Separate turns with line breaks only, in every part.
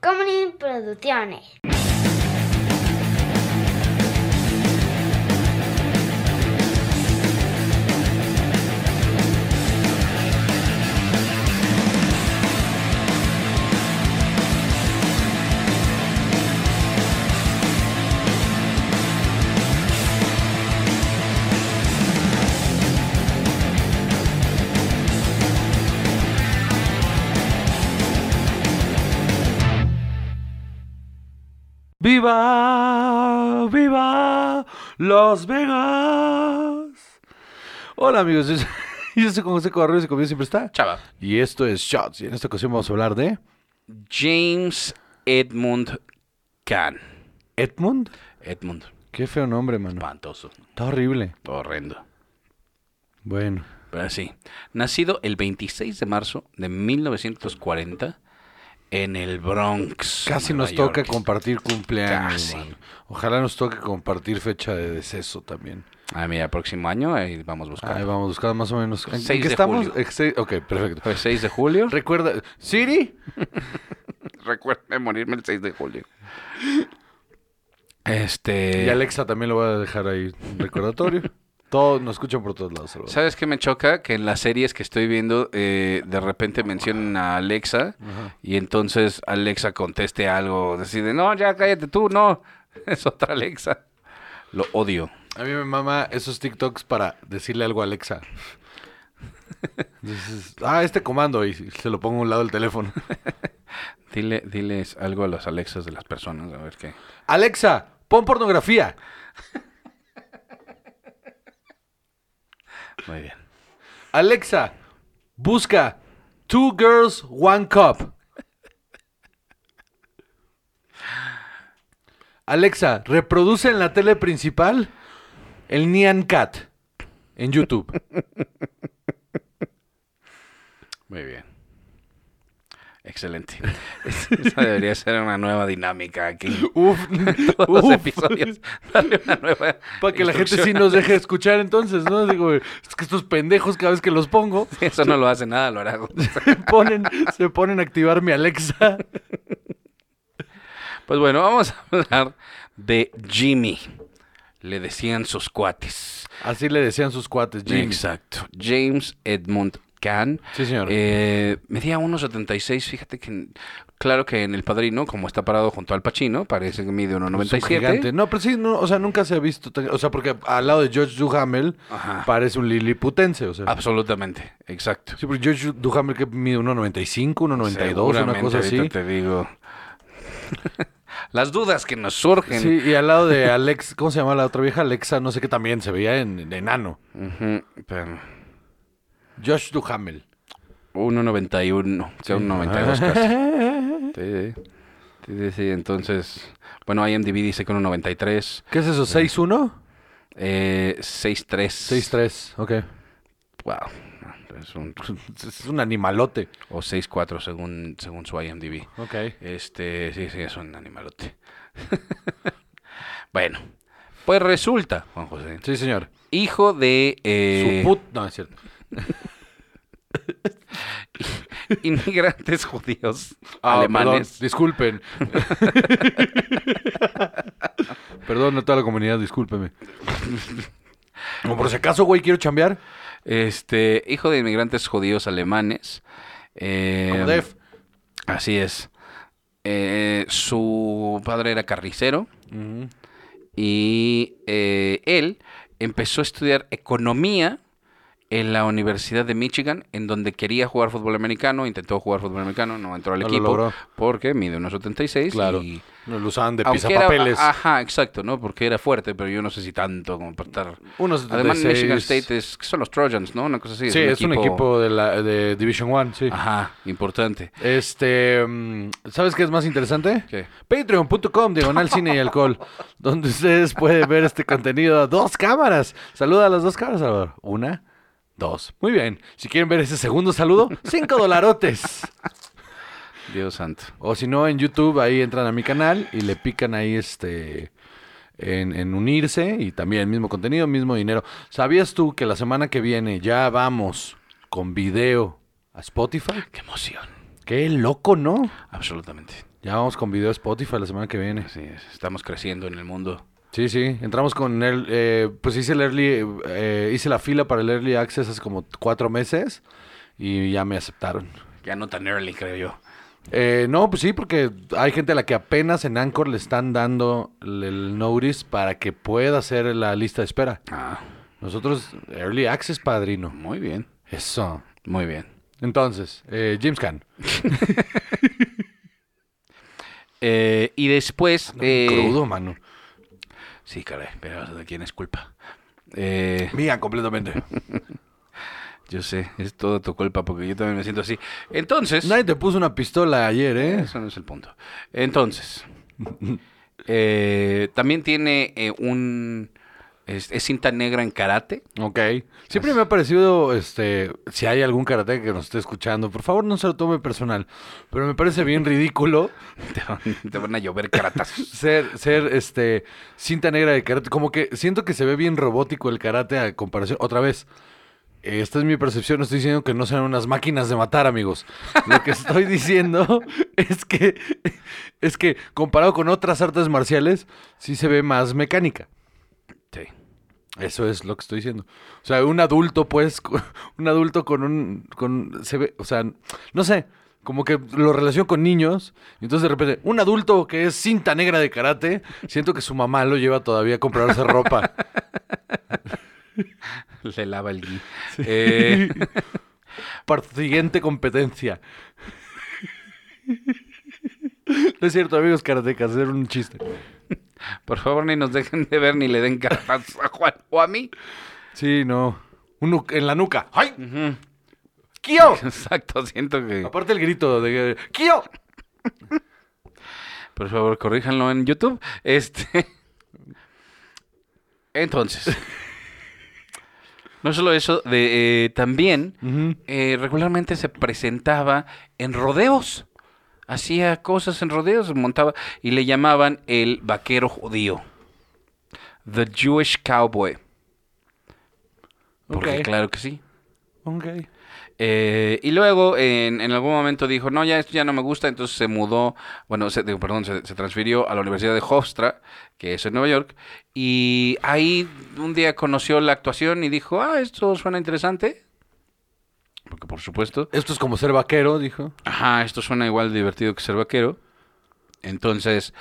Comedy Producciones.
¡Viva! ¡Viva! ¡Las Vegas! Hola amigos, yo soy, yo soy José Covarrubias y conmigo siempre está.
Chava.
Y esto es Shots. Y en esta ocasión vamos a hablar de
James Edmund Kahn.
Edmund.
Edmund.
Qué feo nombre, mano.
Espantoso.
Está horrible.
Horrendo.
Bueno.
Pero sí. Nacido el 26 de marzo de 1940 en el Bronx.
Casi
Nueva
nos toca
York.
compartir cumpleaños,
Casi.
mano. Ojalá nos toque compartir fecha de deceso también.
Ah, mira, próximo año ahí vamos
Ahí
buscando.
vamos a buscar más o menos. ¿En- ¿En,
Ah. Seis
qué
de
estamos?
julio.
Ex- seis- Ok, perfecto.
El 6 de julio.
Recuerda, Siri,
Recuerda morirme el 6 de julio. Este.
Y Alexa también lo voy a dejar ahí un recordatorio. Todo, nos escuchan por todos lados. Salvador.
¿Sabes qué me choca? Que en las series que estoy viendo, eh, de repente mencionan a Alexa y entonces Alexa conteste algo. Decide, no, ya cállate tú, no. Es otra Alexa. Lo odio.
A mí me mama esos TikToks para decirle algo a Alexa. Dices, ah, este comando y se lo pongo a un lado del teléfono.
Dile, diles algo a los Alexas de las personas, a ver qué.
Alexa, pon pornografía.
Muy bien.
Alexa, busca Two Girls, One Cup. Alexa, reproduce en la tele principal el Nyan Cat en YouTube.
Muy bien. Excelente. Esa debería ser una nueva dinámica aquí.
Uf,
Todos los
uf.
episodios. Darle una nueva.
Para que la gente sí
instrucción.
nos deje escuchar entonces, ¿no? Digo, es que estos pendejos cada vez que los pongo
Eso no lo hace nada, lo hará.
se ponen, se ponen a activar mi Alexa.
Pues bueno, vamos a hablar de Jimmy. Le decían sus cuates.
Así le decían sus cuates, Jimmy.
Exacto. James Edmund Kahn.
Sí, señor.
Eh, medía 1.76. Fíjate que, en- claro que en El Padrino, como está parado junto al Pachino, parece que mide
Es Pues un
1.97.
gigante. No, pero sí, no, o sea, nunca se ha visto. tan- O sea, porque al lado de George Duhamel
Ajá.
parece un liliputense, o sea.
Absolutamente, exacto.
Sí, porque George Duhamel que mide 1.95, 1.92, una
Seguramente
cosa
ahorita
así.
te digo. Las dudas que nos surgen.
Sí, y al lado de Alex, ¿cómo se llama la otra vieja? Alexa, no sé qué también se veía en, en enano.
Ujú, pero
George Duhamel.
1.91, o sea, un 92 casi. Sí, sí, sí, sí, entonces, bueno, IMDb dice que 1.93,
¿Qué es eso? ¿6-1?
eh,
6-3,
6.3.
ok.
Wow. es un-
Es un animalote.
o 6.4 según, según su IMDb.
Ok.
Este, sí, sí, es un animalote. bueno, pues resulta, Juan José,
Sí, señor.
hijo de eh,
Su put... No, es cierto.
inmigrantes judíos
Ah,
alemanes.
perdón, disculpen. perdón a toda la comunidad, discúlpeme. Como por si acaso, güey, quiero chambear.
Este, hijo de inmigrantes judíos alemanes. eh,
Como Def.
Así es. Eh, su padre era carnicero y eh, él empezó a estudiar economía en la Universidad de Michigan, en donde quería jugar fútbol americano, intentó jugar fútbol americano, no entró al
No lo
equipo
logró.
porque mide unos 76
Claro.
y
Nos lo usaban de
aunque era, ah,
pisapapeles.
ajá, exacto, ¿no? Porque era fuerte, pero yo no sé si tanto como para estar.
Unos
Además Michigan
76.
State es que son los Trojans, ¿no? Una cosa así.
Sí, es un equipo de, la, de Division One, sí.
ajá, importante.
Este, mm, ¿sabes qué es más interesante?
¿Qué?
Patreon.com, diagonal cine y alcohol, donde ustedes pueden ver este contenido a dos cámaras. Saluda a las dos cámaras, Salvador. Una, dos. Muy bien. Si quieren ver ese segundo saludo, cinco dolarotes.
Dios santo.
O si no, en YouTube, ahí entran a mi canal y le pican ahí este. En, en unirse y también mismo contenido, mismo dinero. ¿Sabías tú que la semana que viene ya vamos con video a Spotify?
Qué emoción.
Qué loco, ¿no?
Absolutamente.
Ya vamos con video Spotify la semana que viene.
Así es, estamos creciendo en el mundo.
Sí, sí. Entramos con el. eh, pues hice el early. eh, hice la fila para el early access hace como cuatro meses y ya me aceptaron.
Ya no tan early, creo yo.
Eh, no, pues sí, porque hay gente a la que apenas en Anchor le están dando el- el notice para que pueda hacer la lista de espera.
Ah,
Nosotros, Early Access, padrino.
muy bien,
Eso.
muy bien.
Entonces, eh, James Caan.
Eh, y después... eh,
Crudo, mano.
Sí, caray, pero ¿de quién es culpa? Eh,
Mía, completamente.
yo sé, es todo tu culpa porque yo también me siento así. Entonces...
Nadie te puso una pistola ayer, ¿eh?
Eso no es el punto. Entonces, eh, también tiene eh, un... Es, es cinta negra en karate.
Ok. Siempre me ha parecido, este, si hay algún karate que nos esté escuchando, por favor no se lo tome personal, pero me parece bien ridículo
Te van, te van a llover karatazos.
ser, ser, este, cinta negra de karate. Como que siento que se ve bien robótico el karate a comparación. Otra vez, esta es mi percepción. No estoy diciendo que no sean unas máquinas de matar, amigos. Lo que estoy diciendo es que, es que comparado con otras artes marciales, sí se ve más mecánica.
Sí.
Eso es lo que estoy diciendo. O sea, un adulto, pues, co- un adulto con un, con, se ve, o sea, no sé, como que lo relaciono con niños. Y entonces de repente, un adulto que es cinta negra de karate, siento que su mamá lo lleva todavía a comprarse ropa.
Le lava el gui. Eh,
Para siguiente competencia. No es cierto, amigos karatecas, era un chiste.
por favor, ni nos dejen de ver ni le den karatazos a Juan o a mí.
Sí, no. Un nu- en la nuca. ¡Ay!
Ujú.
¡Kio!
Exacto, siento que...
Aparte el grito de ¡Kio!
Por favor, corríjanlo en YouTube. Este. Entonces. No solo eso, de, eh, también
Ujú.
eh, regularmente se presentaba en rodeos. Hacía cosas en rodeos, montaba y le llamaban el vaquero judío. The Jewish Cowboy. Porque
Ok.
claro que sí.
Ok.
Eh, y luego en, en algún momento dijo, no, ya esto ya no me gusta, entonces se mudó, bueno, se, digo, perdón, se, se transfirió a la Universidad de Hofstra, que es en Nueva York, y ahí un día conoció la actuación y dijo, ah, esto suena interesante, porque por supuesto,
Esto es como ser vaquero, dijo.
ajá, esto suena igual de divertido que ser vaquero, entonces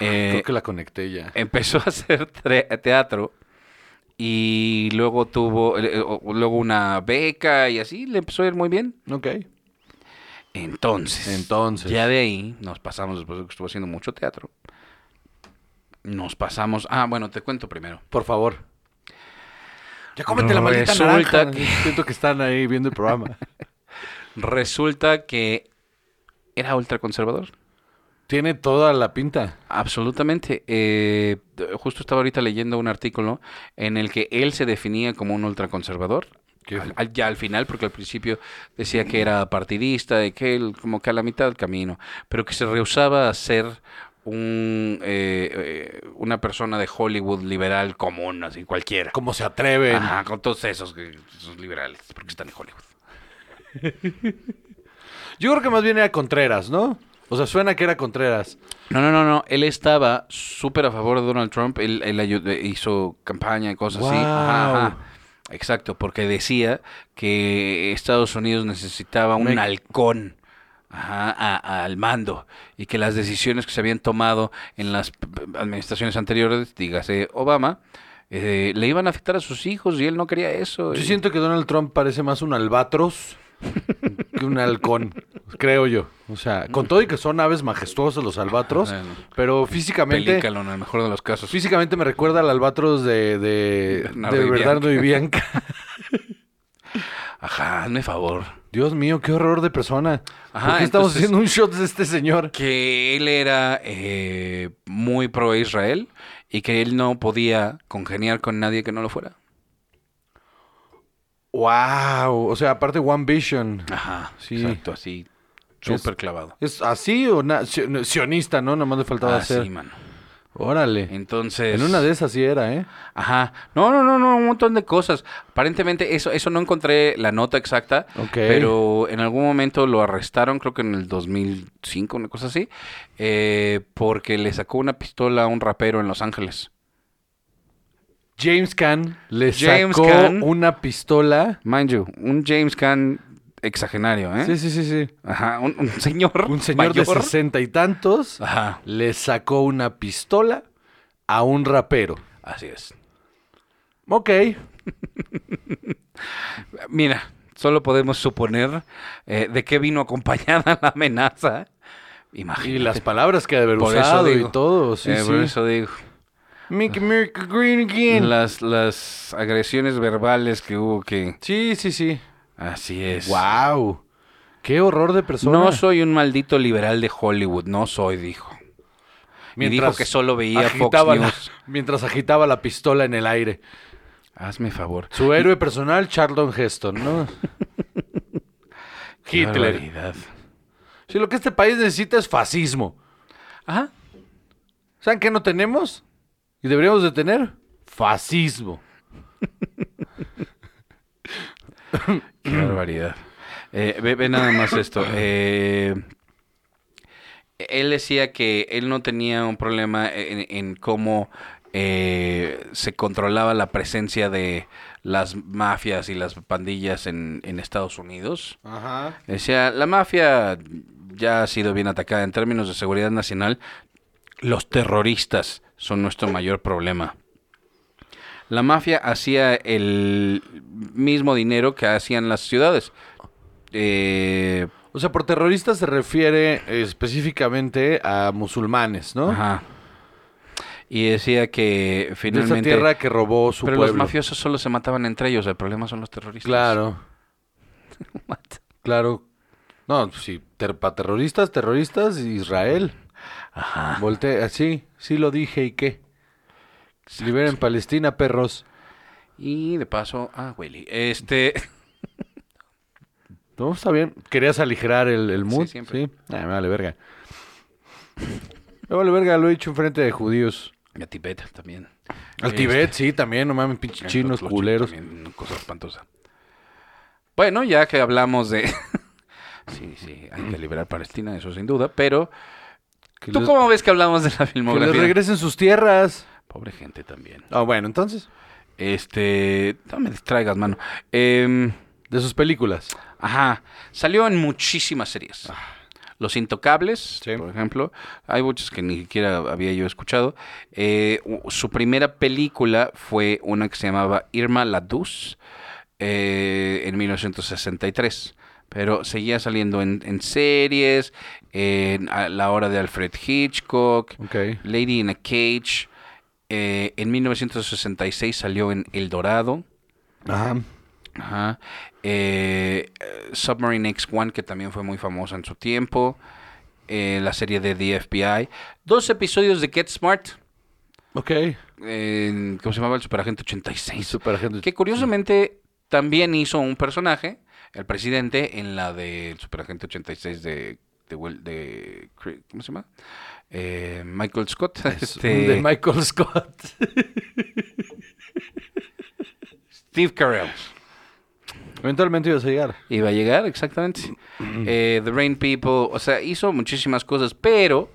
eh,
Creo que la conecté ya.
empezó a hacer tre- teatro. Y luego tuvo, eh, eh, o- luego una beca y así, le empezó a ir muy bien.
Ok.
Entonces,
Entonces.
ya de ahí nos pasamos, después de que estuvo haciendo mucho teatro, nos pasamos, ah, bueno, te cuento primero.
Por favor. Ya
cómete la maldita naranja.
Siento que están ahí viendo el programa.
Resulta que era ultraconservador.
Tiene toda la pinta.
Absolutamente. Eh, justo estaba ahorita leyendo un artículo en el que él se definía como un ultraconservador.
Qué-
Al- al- ya al final, porque al principio decía que era partidista, y que él como que a la mitad del camino, pero que se rehusaba a ser un, eh, eh, una persona de Hollywood liberal común, así cualquiera.
¿Cómo se atreven?
Ajá, con todos esos, que- esos liberales, porque están en Hollywood.
Yo creo que más bien era Contreras, ¿no? O sea, suena que era Contreras.
No, no, no, no. Él estaba súper a favor de Donald Trump. Él, él ayu- eh, hizo campaña y cosas así. Ajá,
Guau.
ajá. Exacto, porque decía que Estados Unidos necesitaba un
Me-
halcón ajá, a- al mando y que las decisiones que se habían tomado en las p- p- administraciones anteriores, dígase Obama, eh, le iban a afectar a sus hijos y él no quería eso.
Yo
y-
siento que Donald Trump parece más un albatros que un halcón, creo yo. O sea, con todo y que son aves majestuosas los albatros,
Ajá, bueno.
pero físicamente...
Pelícalo en el mejor de los casos.
Físicamente me recuerda al albatros de, de,
Bernardo
de
y
Bernardo y Bianca.
Ajá, hazme favor.
Dios mío, qué horror de persona.
Ajá,
¿Por qué estamos
entonces-
haciendo un shot de este señor?
que él era eh, muy pro Israel y que él no podía congeniar con nadie que no lo fuera.
¡Wow! O sea, aparte One Vision.
Ajá,
Sí.
exacto, así súper clavado.
¿Es así o na- si- no, sionista, no? Nada más le faltaba
Ah,
hacer.
sí, mano.
Órale.
Entonces.
En una de esas sí era, ¿eh?
Ajá. No, no, no, no, un montón de cosas. Aparentemente, eso, eso no encontré la nota exacta,
Ok.
pero en algún momento lo arrestaron, creo que en el 2005, una cosa así, eh, porque le sacó una pistola a un rapero en Los Ángeles.
James Caan le
James
sacó
Caan.
una pistola.
Mind you, un James Caan exagenario, ¿eh?
Sí, sí, sí, sí.
Ajá, un, un señor.
Un señor de
mayor. Ah.
sesenta y tantos
Ajá,
le sacó una pistola a un rapero.
así es.
Ok.
Mira, solo podemos suponer eh, de qué vino acompañada la amenaza. Imagínate.
Y las palabras que ha de haber
Por eso
usado y
digo.
todo. Sí,
Eh,
sí.
Por eso digo.
Mickey Miracle Green again.
Las, las agresiones verbales que hubo que...
Sí, sí, sí.
Así es.
Wow. Qué horror de persona.
No soy un maldito liberal de Hollywood, no soy, dijo. dijo que solo veía Fox
agitaba la-
News.
mientras agitaba la pistola en el aire.
Hazme favor.
Su héroe personal, Charlton Heston, ¿no?
Qué
Hitler.
barbaridad.
Si lo que este país necesita es fascismo.
Ajá.
¿Saben qué no tenemos? Y deberíamos de tener fascismo.
Qué barbaridad. Eh, ve, ve nada más esto. Eh, él decía que él no tenía un problema en, en cómo eh, se controlaba la presencia de las mafias y las pandillas en, en Estados Unidos.
Ajá.
Decía, la mafia ya ha sido bien atacada en términos de seguridad nacional. Los terroristas son nuestro mayor problema. La mafia hacía el mismo dinero que hacían las ciudades. Eh,
O sea, por terrorista se refiere eh, específicamente a musulmanes, ¿no?
ajá. Y decía que
De esa
finalmente...
tierra que robó su
pero los
pueblo.
mafiosos solo se mataban entre ellos, el problema son los terroristas.
Claro,
What?
claro. No, pues sí, ter- pa' terroristas, terroristas, Israel.
Ajá.
Volte, así, sí lo dije y qué. Liberen Palestina, perros.
Y de paso, ah, Willy. Este...
No, está bien. Querías aligerar el, el mood.
Sí, siempre.
Sí. Ah, me vale verga. Me vale verga, lo he dicho enfrente de judíos.
Y a Tibet también.
Al
Este-
Tibet, sí, también, no mames, pinches
Los-
chinos,
los
culeros.
también, una cosa espantosa. Bueno, ya que hablamos de... sí, sí, hay que liberar Palestina, eso sin duda, pero...
Que
¿Tú
les-
cómo ves que hablamos de la
Que les
filmografía?
regresen sus tierras.
Pobre gente también.
Ah, bueno, entonces,
Este... No me distraigas, mano. Em,
de sus películas.
ajá. Salió en muchísimas series. Los Intocables,
Sí.
por ejemplo. Hay muchas que ni siquiera había yo escuchado. Eh, u- su primera película fue una que se llamaba Irma la Duz eh, en 1963. Pero seguía saliendo en, en series, en A la hora de Alfred Hitchcock,
Ok.
Lady in a Cage. eh, en 1966 salió en El Dorado.
Ajá.
Ajá. Eh, eh, Submarine X1, que también fue muy famosa en su tiempo. Eh, la serie de The FBI. Dos episodios de Get Smart.
Ok.
eh, ¿Cómo se llamaba? El Superagente 86.
Superagente.
Que curiosamente también hizo un personaje, el presidente, en la del Superagente 86 de. de, Will- de Cri- ¿Cómo se llama? Eh, Michael Scott. este,
De Michael Scott.
Steve Carell.
Eventualmente ibas a llegar.
Iba a llegar, exactamente. Eh, The Rain People, o sea, hizo muchísimas cosas, pero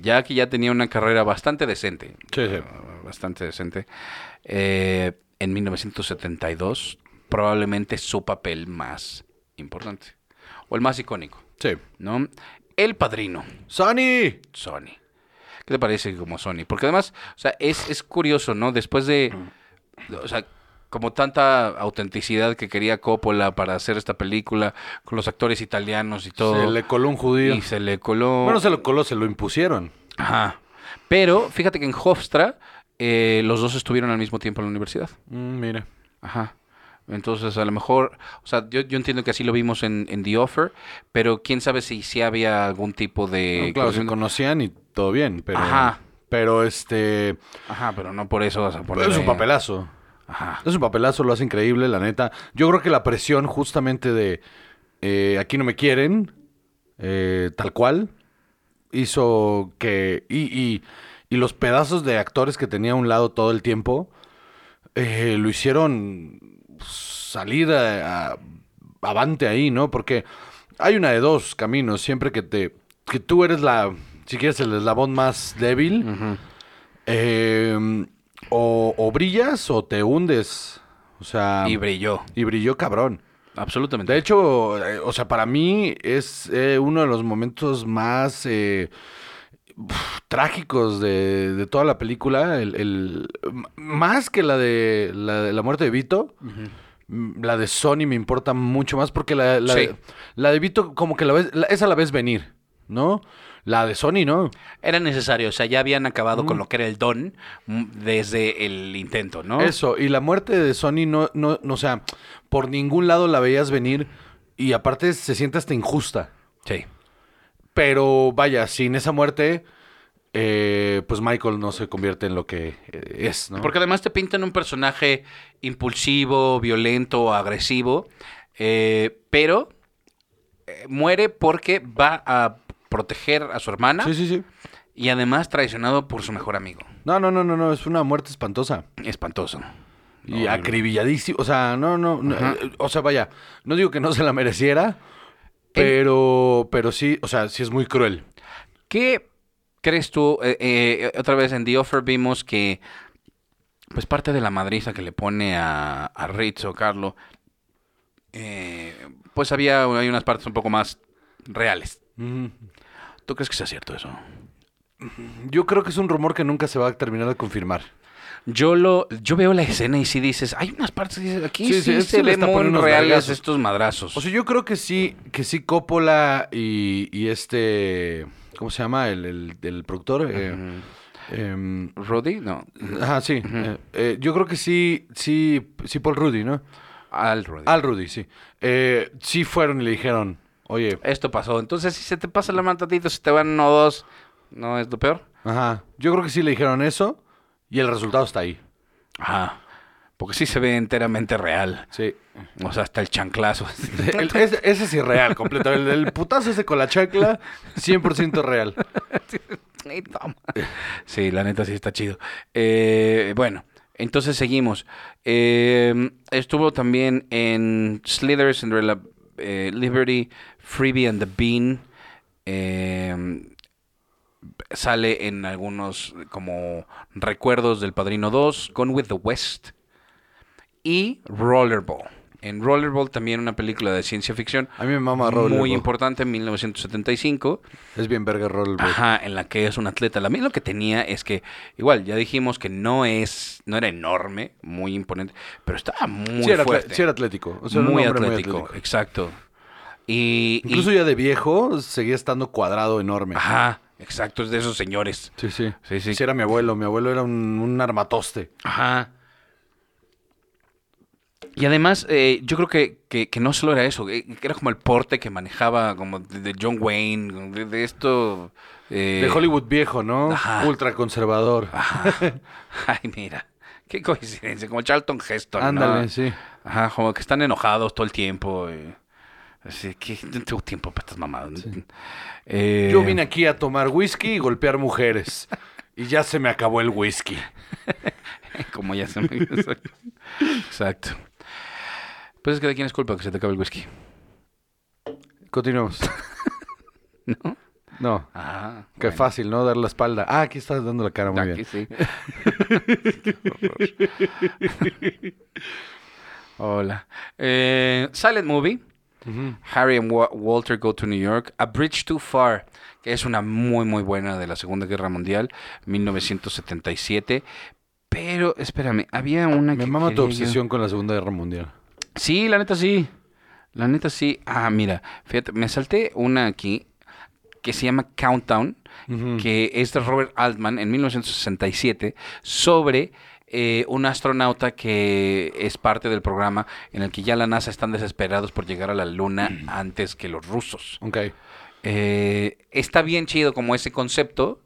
ya que ya tenía una carrera bastante decente,
Sí, sí.
bastante decente, eh, en 1972 probablemente su papel más importante, o el más icónico,
Sí.
¿no? El Padrino,
¡Sonny!
Sony. ¿Qué te parece como Sony? Porque además, o sea, es, es curioso, ¿no? Después de, o sea, como tanta autenticidad que quería Coppola para hacer esta película con los actores italianos y todo.
Se le coló un judío.
y se le coló.
Bueno, se lo coló, se lo impusieron.
Ajá. Pero fíjate que en Hofstra eh, los dos estuvieron al mismo tiempo en la universidad.
Mm, mira.
Ajá. Entonces, a lo mejor, o sea, yo, yo entiendo que así lo vimos en, en The Offer, pero quién sabe si, si había algún tipo
No,
de...
Eh, pues, claro, se conocían y todo bien, pero.
Ajá.
Pero este.
Ajá, pero no por eso vas a poner...
es un papelazo.
Ajá.
Es un papelazo, lo hace increíble, la neta. Yo creo que la presión justamente de eh, aquí no me quieren, eh, tal cual, hizo que. Y, y- Y los pedazos de actores que tenía a un lado todo el tiempo eh, lo hicieron salir a- a- avante ahí, ¿no? Porque hay una de dos caminos. Siempre que te. que tú eres la. si quieres el eslabón más débil. eh, o, o brillas o te hundes. O sea.
Y brilló.
y brilló cabrón.
Absolutamente.
De hecho, eh, o sea, para mí es eh, uno de los momentos más eh, pf, trágicos de, de toda la película. El, el- m- más que la de, la de la muerte de Vito, m- la de Sony me importa mucho más porque la, la
Sí.
de, la de Vito, como que la ves, la- esa la ves venir, ¿no? La de Sony, ¿no?
Era necesario, o sea, ya habían acabado con lo que era el don mm, desde el intento, ¿no?
Eso, y la muerte de Sony no, no, no, o sea, por ningún lado la veías venir y aparte se siente hasta injusta.
Sí.
Pero vaya, sin esa muerte, eh, pues Michael no se convierte en lo que eh, es, ¿no?
Porque además te pintan un personaje impulsivo, violento, agresivo, eh, pero eh, muere porque va a proteger a su hermana
Sí, sí, sí.
y además traicionado por su mejor amigo.
No, no, no, no, no, es una muerte espantosa.
Espantoso.
Y acribilladísimo. O sea, no, no, no, eh, o sea, vaya, no digo que no se la mereciera, pero, pero sí, o sea, sí es muy cruel.
¿Qué crees tú? Eh, eh, otra vez en The Offer vimos que, pues parte de la madriza que le pone a, a Rizzo, Carlo, eh, pues había hay unas partes un poco más reales.
Ujú.
¿Tú crees que sea cierto eso?
Yo creo que es un rumor que nunca se va a terminar de confirmar.
Yo lo, yo veo la escena y sí dices, hay unas partes que dices, aquí
Sí,
sí,
sí, sí
se
le
ven
está
muy
poniendo unos
reales
vergazos.
estos madrazos.
O sea, yo creo que sí, que sí Coppola y, y este, ¿cómo se llama? El, el- el productor. eh, em,
mm, Rudy, no,
Ajá, sí. Eh, eh, yo creo que sí, sí, sí Paul Rudy, ¿no?
al Rudy.
Al Rudy, sí. Eh, sí fueron y le dijeron, oye,
Esto pasó. Entonces, si se te pasa la mano tantito, se te van uno o dos, ¿no es lo peor?
ajá. Yo creo que sí le dijeron eso y el resultado está ahí.
Ajá. Porque sí se ve enteramente real.
Sí.
O sea, hasta el chanclazo.
El- ese, ese es irreal, completo. El, el putazo ese con la chancla, 100% real.
Ay, toma. sí, la neta sí está chido. Eh, bueno, entonces seguimos. Eh, estuvo también en Slithers, en la, eh, Liberty, Freebie and the Bean. Eh, sale en algunos como recuerdos del Padrino 2, Gone with the West y Rollerball. En Rollerball también una película de ciencia ficción.
A mí me mama
Muy
Rollerball.
importante en 1975.
Es bien verga Rollerball.
Ajá, en la que es un atleta. La mí lo que tenía es que, igual, ya dijimos que no es, no era enorme, muy imponente, pero estaba muy
sí, era, atle-
fuerte.
sí era atlético. O sea, era un
muy,
hombre
atlético,
muy
exacto. Y, y-
Incluso ya de viejo seguía estando cuadrado enorme.
Ajá, exacto, es de esos señores.
Sí, sí.
Sí, sí.
Sí, era mi abuelo. Mi abuelo era un, un armatoste.
Ajá. Y además, eh, yo creo que, que- que no solo era eso, eh, que era como el porte que manejaba, como de, de John Wayne, de, de esto... eh,
De Hollywood viejo, ¿no?
Ajá. Ah,
Ultra conservador.
Ajá. Ay, mira. Qué coincidencia. Como Charlton Heston. ¿no?
Ándale, sí.
Ajá, como que están enojados todo el tiempo. y- Así que no tengo tiempo para estas mamadas. Eh,
Yo vine aquí a tomar whisky y golpear mujeres. Y ya se me acabó el whisky.
Como ya se me. Exacto. Pues es que de quién es culpa que se te acabe el whisky.
Continuamos.
¿No?
No.
Ah.
Qué
bueno.
fácil, ¿no? Dar la espalda. Ah, aquí estás dando la cara muy
Aquí
bien.
sí. Qué horror. Hola. Eh, Silent Movie. Harry and Wa- Walter Go to New York, A Bridge Too Far, que es una muy muy buena de la Segunda Guerra Mundial, 1977. Pero espérame, había una
Me
que
mama tu
quería yo-
obsesión con la Segunda Guerra Mundial.
Sí, la neta sí. La neta sí. Ah, mira, fíjate, me salté una aquí que se llama Countdown,
Ujú.
que es de Robert Altman en 1967, sobre eh, un astronauta que es parte del programa en el que ya la NASA están desesperados por llegar a la Luna antes que los rusos.
Ok.
Eh, está bien chido como ese concepto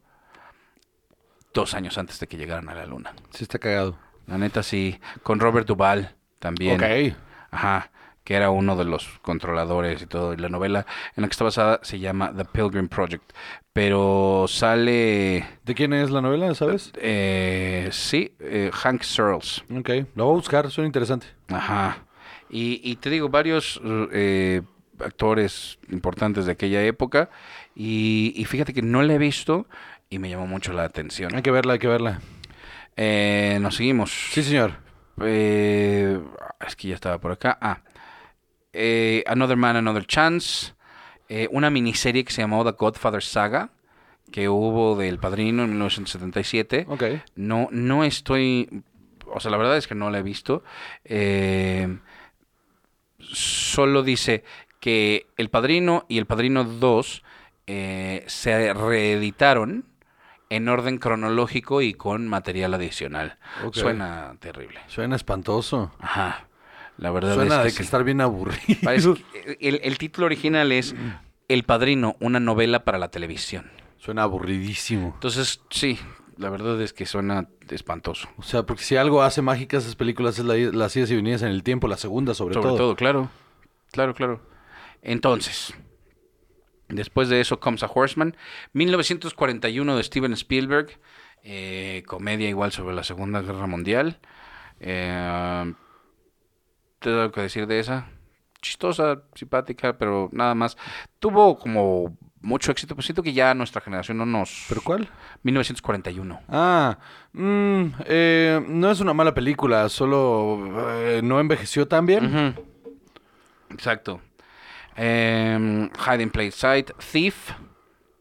dos años antes de que llegaran a la Luna.
Sí está cagado.
La neta sí, con Robert Duvall también.
Ok.
Ajá. que era uno de los controladores y todo. Y la novela en la que está basada se llama The Pilgrim Project. Pero sale,
¿De quién es la novela, sabes?
eh, sí, eh, Hank Searles.
Ok, lo voy a buscar, suena interesante.
Ajá. Y, y te digo, varios eh, actores importantes de aquella época. Y, y fíjate que no la he visto y me llamó mucho la atención.
Hay que verla, hay que verla.
Eh, nos seguimos.
Sí, señor.
Eh, es que ya estaba por acá. Ah. Eh, Another Man, Another Chance. Eh, una miniserie que se llamó The Godfather Saga, que hubo del Padrino en 1977.
Ok.
No, no estoy. O sea, la verdad es que no la he visto. Eh, solo dice que El Padrino y El Padrino 2 eh, se reeditaron en orden cronológico y con material adicional.
Ok.
Suena terrible.
Suena espantoso.
Ajá. La verdad
Suena
es que,
de que
sí.
estar bien aburrido.
Parece que el, el título original es
Mm.
El Padrino, una novela para la televisión.
Suena aburridísimo.
Entonces, sí, la verdad es que suena espantoso.
O sea, porque si algo hace mágicas esas películas es la, las idas y venidas en el tiempo, la segunda sobre,
Sobre todo. claro. Claro, claro. Entonces, después de eso, Comes a Horseman. 1941 de Steven Spielberg. eh, comedia igual sobre la Segunda Guerra Mundial. Eh, ¿Te tengo que decir de esa? Chistosa, simpática, pero nada más. Tuvo como mucho éxito, pues siento que ya nuestra generación no nos...
¿Pero cuál?
1941.
Ah, mm, eh, no es una mala película, solo eh, no envejeció tan bien.
Ujú. Exacto. Em, Hide in Plain Sight, Thief,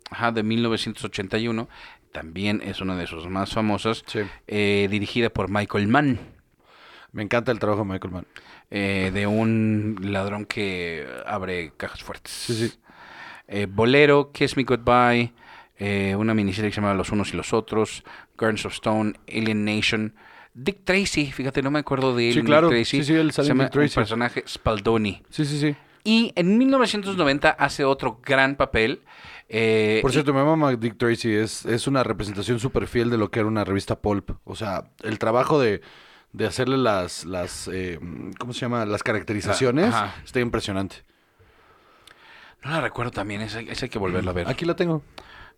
ajá, de 1981, también es una de sus más famosas,
Sí.
eh, dirigida por Michael Mann,
Me encanta el trabajo de Michael Mann.
eh, de un ladrón que abre cajas fuertes.
Sí, sí.
Eh, Bolero, Kiss Me Goodbye, eh, una miniserie que se llama Los Unos y los Otros, Guardians of Stone, Alien Nation, Dick Tracy, fíjate, no me acuerdo de él.
Sí, claro.
Tracy,
Sí, sí, él
se
sale en
llama
Dick Tracy.
un personaje Spaldoni.
Sí, sí, sí.
Y en 1990 hace otro gran papel. eh,
Por
y-
cierto, mi mamá Dick Tracy es, es una representación súper fiel de lo que era una revista Pulp. O sea, el trabajo de, de hacerle las, las eh, ¿cómo se llama? Las caracterizaciones
Ah, Ajá.
está impresionante.
no la recuerdo también, esa, esa hay que volverla a ver.
Aquí la tengo.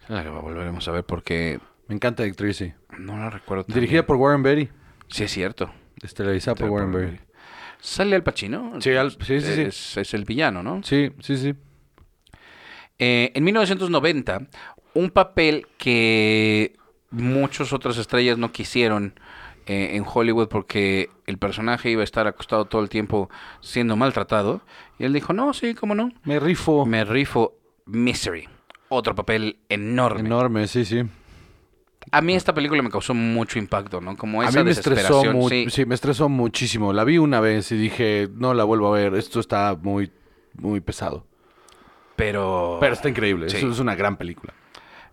Esa La volveremos a ver porque
Me encanta Dick Tracy.
no la recuerdo tan
Dirigida
bien.
por Warren Beatty.
Sí, es cierto.
Estelarizada por Warren Beatty.
Sale Al Pacino.
Sí, Al- sí, sí, sí.
Es, es el villano, ¿no?
Sí, sí, sí.
Eh, en 1990, un papel que muchas otras estrellas no quisieron eh, en Hollywood porque el personaje iba a estar acostado todo el tiempo siendo maltratado. Y él dijo, no, sí, cómo no.
Me rifo.
Me rifo Misery. Otro papel enorme.
Enorme, sí, sí.
A mí esta película me causó mucho impacto, ¿no? Como
A
esa
mí me estresó,
desesperación.
mu-
sí.
sí, me estresó muchísimo. La vi una vez y dije, no la vuelvo a ver. Esto está muy, muy pesado.
Pero.
Pero está increíble.
Sí.
Es- Es una gran película.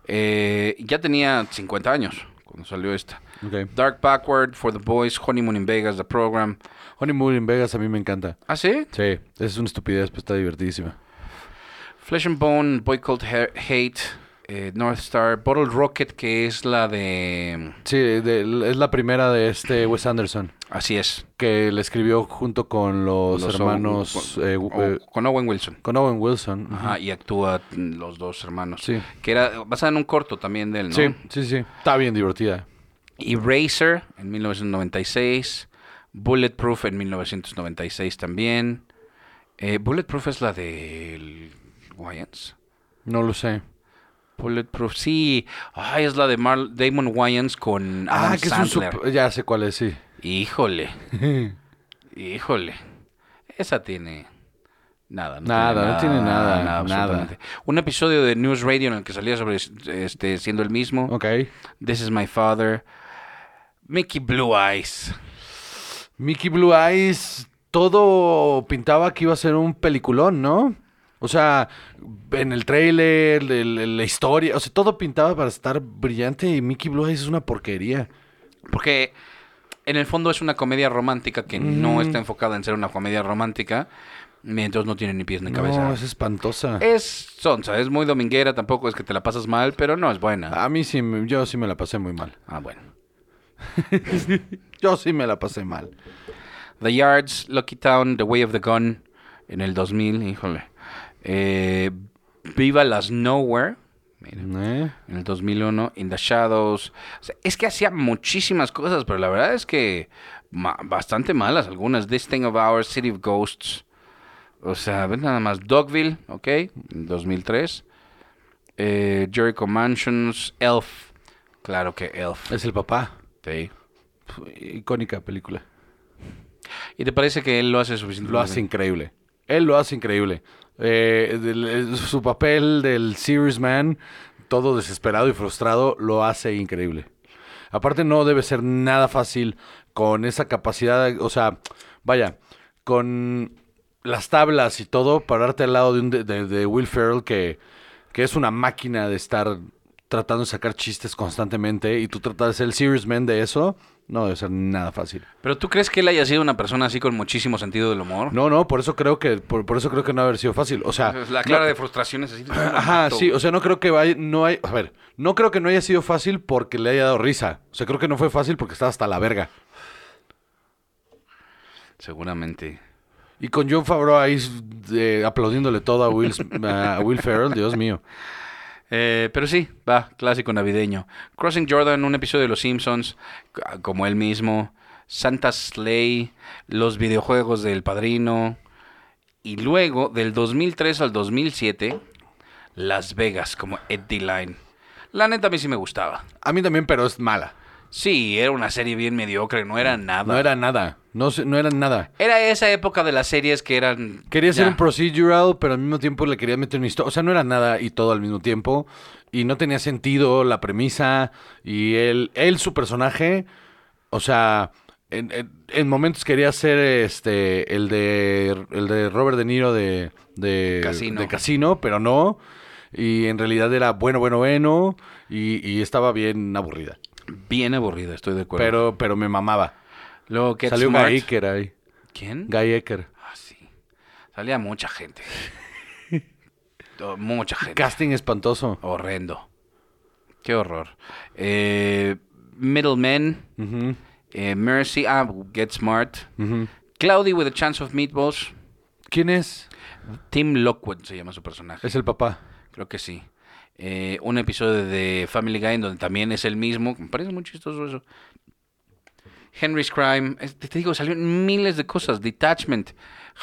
Eh, ya tenía 50 años cuando salió esta.
Ok.
Dark Backward, For the Boys, Honeymoon in Vegas, The Program.
Honeymoon in Vegas a mí me encanta.
¿Ah, sí?
Sí, es una estupidez, pero está divertidísima.
Flesh and Bone, Boy Called Ha- Hate, eh, North Star, Bottle Rocket, que es la de.
Sí, de- es la primera de este Wes Anderson,
Así es.
que le escribió junto con los, hermanos...
con,
eh, eh,
con Owen Wilson.
con Owen Wilson.
Ajá, y actúa mm, los dos hermanos.
Sí.
Que era basada en un corto también de él, ¿no?
Sí, sí, sí. Está bien divertida. ¿eh?
Eraser en 1996. Bulletproof en 1996 también. Eh, Bulletproof es la de Wyans.
No lo sé.
Bulletproof, sí. Ay, es la de Mar- Damon Wayans con Adam
ah, que es un
Sandler.
sup- Ya sé cuál es, sí.
Híjole. Híjole. Esa tiene nada.
Nada, no tiene nada, nada.
absolutamente. Un episodio de News Radio en el que salía sobre este siendo el mismo.
Ok.
This is my father. Mickey Blue Eyes.
Mickey Blue Eyes, todo pintaba que iba a ser un peliculón, ¿no? O sea, en el trailer, el- el- la historia, o sea, todo pintaba para estar brillante y Mickey Blue Eyes es una porquería.
Porque en el fondo es una comedia romántica que no está enfocada en ser una comedia romántica. Entonces no tiene ni pies ni cabeza.
No, es
es...
espantosa.
sonsa, es muy dominguera, tampoco es que te la pasas mal, pero no es buena.
A mí sí, me- yo sí me la pasé muy mal.
Ah, bueno.
Yo sí me la pasé mal.
The Yards, Lucky Town, The Way of the Gun, En el 2000, híjole. Eh, Viva las Nowhere. Mira.
¿Eh?
En el 2001, In the Shadows. O sea, es que hacía muchísimas cosas, pero la verdad es que ma- bastante malas algunas. This Thing of Ours, City of Ghosts. O sea, ven nada más. Dogville, ok, en 2003. Eh, Jericho Mansions, Elf. Claro que Elf.
Es el papá.
sí.
Pf, Icónica película.
¿Y te parece que él lo hace suficiente?
Lo hace increíble. Él lo hace increíble. Eh, del- eh, su papel del Serious Man, todo desesperado y frustrado, lo hace increíble. Aparte, no debe ser nada fácil con esa capacidad, o sea, vaya, con las tablas y todo, pararte al lado de, un de, de- de Will Ferrell que, que es una máquina de estar tratando de sacar chistes constantemente y tú tratas de ser el Serious Man de eso, no debe ser nada fácil.
¿Pero tú crees que él haya sido una persona así con muchísimo sentido del humor?
No, no, por eso creo que por, por eso creo que no haber sido fácil. O sea,
La clara
no-
de frustraciones así.
Ajá, sí, o sea, no creo que vaya, no hay, a ver, no creo que no haya sido fácil porque le haya dado risa. O sea, creo que no fue fácil porque estaba hasta la verga.
Seguramente.
Y con John Favreau ahí eh, aplaudiéndole todo a Will, a Will Ferrell, Dios mío.
Eh, pero sí, va, clásico navideño. Crossing Jordan, un episodio de Los Simpsons, c- como él mismo. Santa Slay, los videojuegos del padrino. Y luego, del 2003 al 2007, Las Vegas, como Eddie Line. La neta, a mí sí me gustaba.
A mí también, pero es mala.
Sí, era una serie bien mediocre, no era nada.
No era nada, no, se- no era nada.
Era esa época de las series que eran...
Quería hacer
Ya.
un procedural, pero al mismo tiempo le quería meter una historia. O sea, no era nada y todo al mismo tiempo. Y no tenía sentido la premisa. Y él, él su personaje. O sea, en, en- en momentos quería ser este el de el de Robert De Niro de, de,
Casino.
de Casino, pero no. Y en realidad era bueno, bueno, bueno. Y, y estaba bien aburrida.
Bien aburrida, estoy de acuerdo.
Pero, pero me mamaba.
luego Get
Salió
Smart.
Guy Ecker ahí.
¿Quién?
Guy Ecker.
Ah, sí. Salía mucha gente. To- mucha gente.
Casting espantoso.
Horrendo. Qué horror. Eh, Middlemen.
Ujú,
eh, Mercy. Ah, Get Smart.
ujú.
Cloudy with a Chance of Meatballs.
¿Quién es?
Tim Lockwood se llama su personaje.
Es el papá.
Creo que sí. Eh, un episodio de Family Guy en donde también es el mismo. Me parece muy chistoso eso. Henry's Crime. Es- te te digo, salieron miles de cosas. Detachment.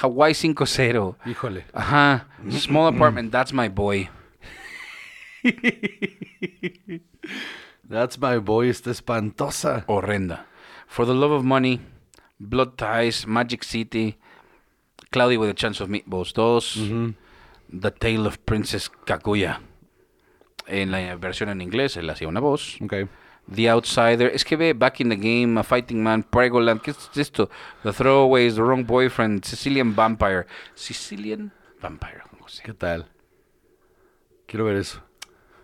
Hawaii 5-0.
Híjole.
Ajá. Small Apartment, That's My Boy.
That's my boy, está espantosa.
Horrenda. For the Love of Money, Blood Ties, Magic City, Cloudy with a Chance of Meatballs 2,
Mm-hmm.
The Tale of Princess Kaguya. En la versión en inglés, él hacía una voz.
Ok.
The Outsider. Es que ve Back in the Game, A Fighting Man, Pregoland. ¿Qué es esto? The Throwaways, The Wrong Boyfriend, Sicilian Vampire. Sicilian Vampire, José.
¿Qué tal? Quiero ver eso.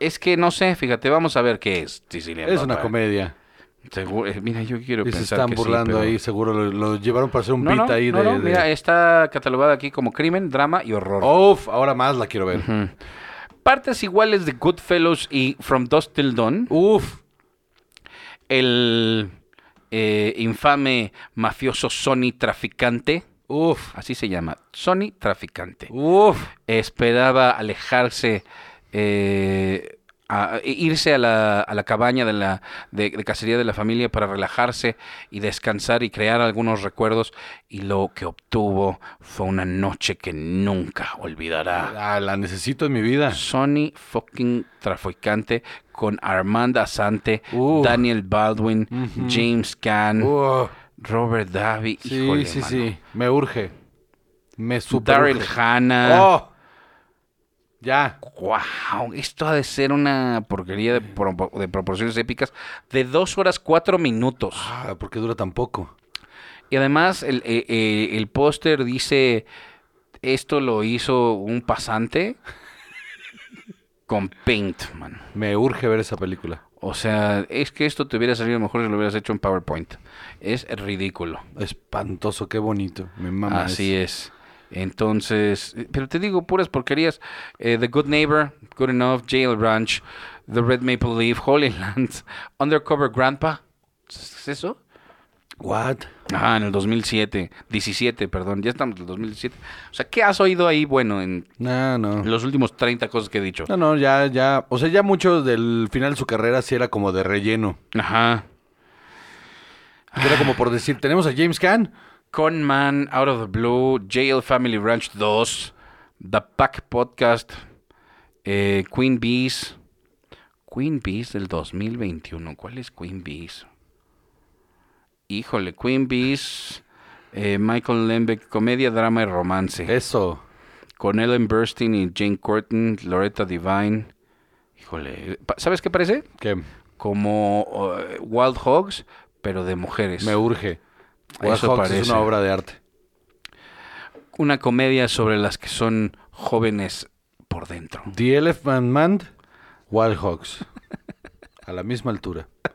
Es que no sé, fíjate, vamos a ver qué es Sicilian
Es una
Vampire.
comedia.
Seguro- eh, mira, yo quiero
Y se
pensar
están
que sí,
burlando
pero-
ahí, seguro. Lo, lo llevaron para hacer un
No,
beat
no,
ahí
no,
de.
no,
de- Oh.
mira, eh. está catalogada aquí como crimen, drama y horror.
Uf, ahora más la quiero ver.
Partes iguales de Goodfellows y From Dust Till Dawn.
Uf.
El eh, infame mafioso Sony Traficante,
Uf.
así se llama, Sony Traficante.
Uf.
Esperaba alejarse, eh, a- e irse a la, a la cabaña de la de- de cacería de la familia para relajarse y descansar y crear algunos recuerdos. Y lo que obtuvo fue una noche que nunca olvidará.
Ah, la necesito en mi vida.
Sony fucking traficante con Armand Asante,
Uh.
Daniel Baldwin,
Ujú.
James Caan,
Uf.
Robert Davi,
Sí,
híjole,
sí,
mano.
sí. Me urge. Me super.
Daryl
urge.
Hannah.
¡Oh! Ya.
Wow, esto ha de ser una porquería de, pro- de proporciones épicas de dos horas cuatro minutos.
Ah, ¿Por qué dura tan poco?
Y además el, eh, eh, el póster dice, esto lo hizo un pasante con paint, man.
Me urge ver esa película.
O sea, es que esto te hubiera salido mejor si lo hubieras hecho en PowerPoint. Es ridículo.
Espantoso, qué bonito. Me mama
Así
eso.
es. Entonces, eh, pero te digo puras porquerías. Eh, The Good Neighbor, Good Enough, Jail Ranch, The Red Maple Leaf, Holy Land, Undercover Grandpa. ¿Es eso?
What?
Ah, en el 2007. 17, perdón. Ya estamos en el 2007. O sea, ¿qué has oído ahí, bueno, en
No, no.
los últimos 30 cosas que he dicho?
No, no, ya, ya. O sea, ya mucho del final de su carrera sí era como de relleno.
Ajá.
Era como
Ah.
por decir, tenemos a James Caan.
Con Man, Out of the Blue, JL Family Ranch 2, The Pack Podcast, eh, Queen Bees. Queen Bees del 2021. ¿Cuál es Queen Bees? Híjole, Queen Bees, eh, Michael Lembeck, comedia, drama y romance.
Eso.
con Ellen Burstyn y Jane Curtin, Loretta Divine. Híjole, pa- ¿sabes qué parece?
Que
Como eh, Wild Hogs, pero de mujeres.
me urge. Wild
Eso
Hogs es
parece.
una obra de arte.
Una comedia sobre las que son jóvenes por dentro.
The Elephant Man, Wild Hogs. A la misma altura.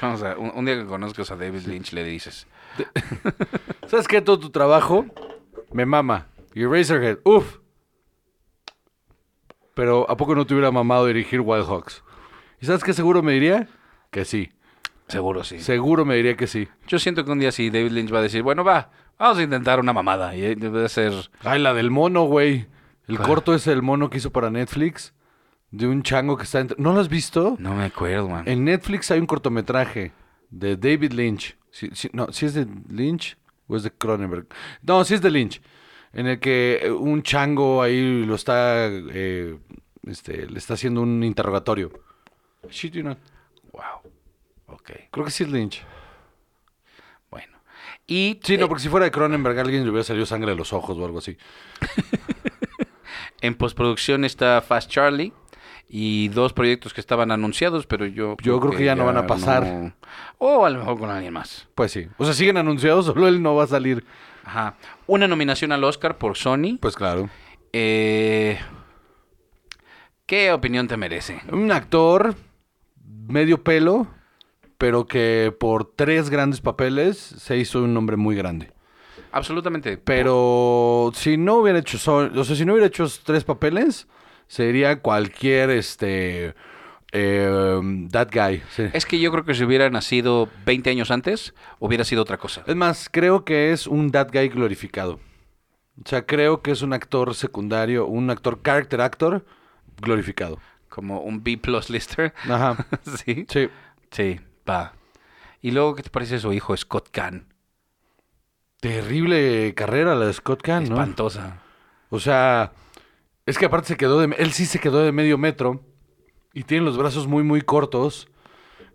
Vamos a- un, un día que conozcas a David Lynch le dices,
¿Sabes qué? Todo tu trabajo me mama. Y Razorhead, uff. Pero ¿a poco no te hubiera mamado dirigir Wild Hogs? ¿Y sabes qué seguro me diría? Que sí.
seguro sí.
Seguro me diría que sí.
Yo siento que un día sí David Lynch va a decir, bueno, va, vamos a intentar una mamada. Y eh, debe ser...
Ay, la del mono, güey. El
¿Cuál?
corto es el mono que hizo para Netflix. De un chango que está entre- ¿No lo has visto?
No me acuerdo, man.
En Netflix hay un cortometraje de David Lynch. Si, si- no, si es de Lynch o es de Cronenberg. No, si es de Lynch. En el que eh, un chango ahí lo está. eh, este, le está haciendo un interrogatorio. Shit, you not.
Wow. Ok,
Creo que sí es Lynch.
bueno. Y
Sí,
eh,
no, porque si fuera de Cronenberg, a alguien le hubiera salido sangre de los ojos o algo así.
En postproducción está Fast Charlie y dos proyectos que estaban anunciados, pero yo...
Yo creo que ya no van a pasar.
no- O a lo mejor con alguien más.
Pues sí. O sea, siguen anunciados, solo él no va a salir.
Ajá. Una nominación al Oscar por Sony.
Pues claro.
Eh, ¿Qué opinión te merece?
Un actor medio pelo, pero que por tres grandes papeles se hizo un nombre muy grande.
Absolutamente.
Pero si no hubiera hecho sol- o sea, si no hubiera hecho esos tres papeles, sería cualquier este eh, that guy. sí.
Es que yo creo que si hubiera nacido 20 años antes, hubiera sido otra cosa.
Es más, creo que es un that guy glorificado. O sea, creo que es un actor secundario, un actor character actor glorificado.
Como un B plus lister.
Ajá.
sí.
Sí.
Sí, va. Y luego, ¿qué te parece su hijo, Scott Kahn?
Terrible carrera la de Scott Kahn, ¿no?
Espantosa.
O sea, es que aparte se quedó de... Él sí se quedó de medio metro y tiene los brazos muy, muy cortos.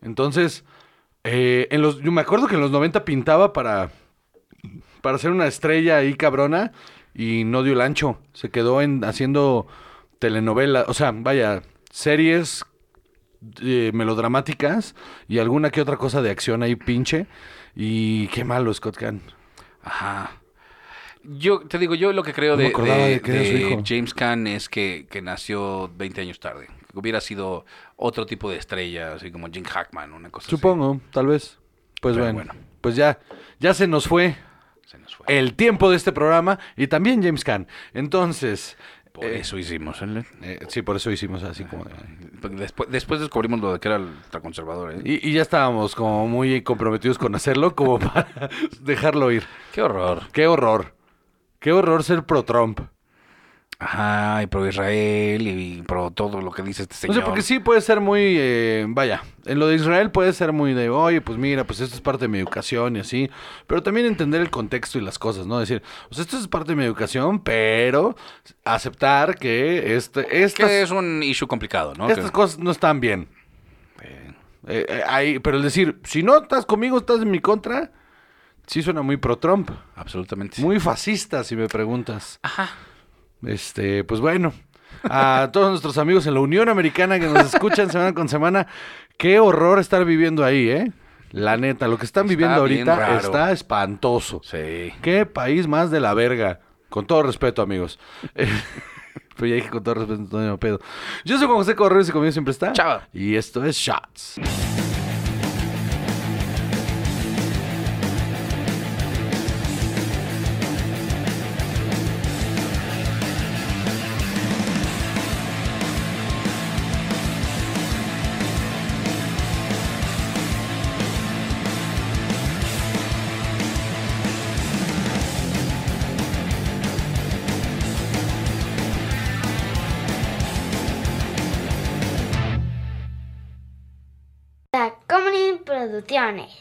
Entonces, eh, en los, yo me acuerdo que en los 90 pintaba para, para ser una estrella ahí cabrona y no dio el ancho. Se quedó en, haciendo telenovelas, o sea, vaya, series eh, melodramáticas y alguna que otra cosa de acción ahí pinche. Y qué malo Scott Kahn.
Ajá. Yo te digo, yo lo que creo
No me
de,
acordaba
de-
de que era su
de
hijo.
James Caan es que, que nació 20 años tarde. Que hubiera sido otro tipo de estrella, así como Jim Hackman, una cosa Pues así.
Supongo, tal vez. Pues
Pero
bueno,
bueno.
pues ya, ya se nos fue
Se nos fue.
el tiempo de este programa y también James Caan. Entonces,
Por eso hicimos. ¿eh?
eh, sí, por eso hicimos así como... de-
Después, después descubrimos lo de que era el ultraconservador. ¿eh?
Y, y ya estábamos como muy comprometidos con hacerlo, como para dejarlo ir.
Qué horror.
Qué horror. Qué horror ser pro-Trump.
Ajá, y pro Israel y pro todo lo que dice este
No
señor.
sé, porque sí puede ser muy, eh, vaya, en lo de Israel puede ser muy de, oye, pues mira, pues esto es parte de mi educación y así, pero también entender el contexto y las cosas, ¿no? Decir, pues esto es parte de mi educación, pero aceptar que este, estas,
Que es un issue complicado, ¿no?
estas
Que-
cosas no están bien. Eh, eh, ahí, pero el decir, si no estás conmigo, estás en mi contra, sí suena muy pro-Trump,
absolutamente.
muy fascista, si me preguntas.
Ajá.
Este, pues bueno, a todos nuestros amigos en la Unión Americana que nos escuchan semana con semana, qué horror estar viviendo ahí, ¿eh? La neta, lo que están
Está
viviendo
bien
ahorita
raro.
está espantoso.
Sí.
Qué país más de la verga. Con todo respeto, amigos. Eh, Pero ya dije con todo respeto, no tengo pedo. Yo soy Juan José Correos y conmigo siempre está.
Chava.
Y esto es Shots.
produzione.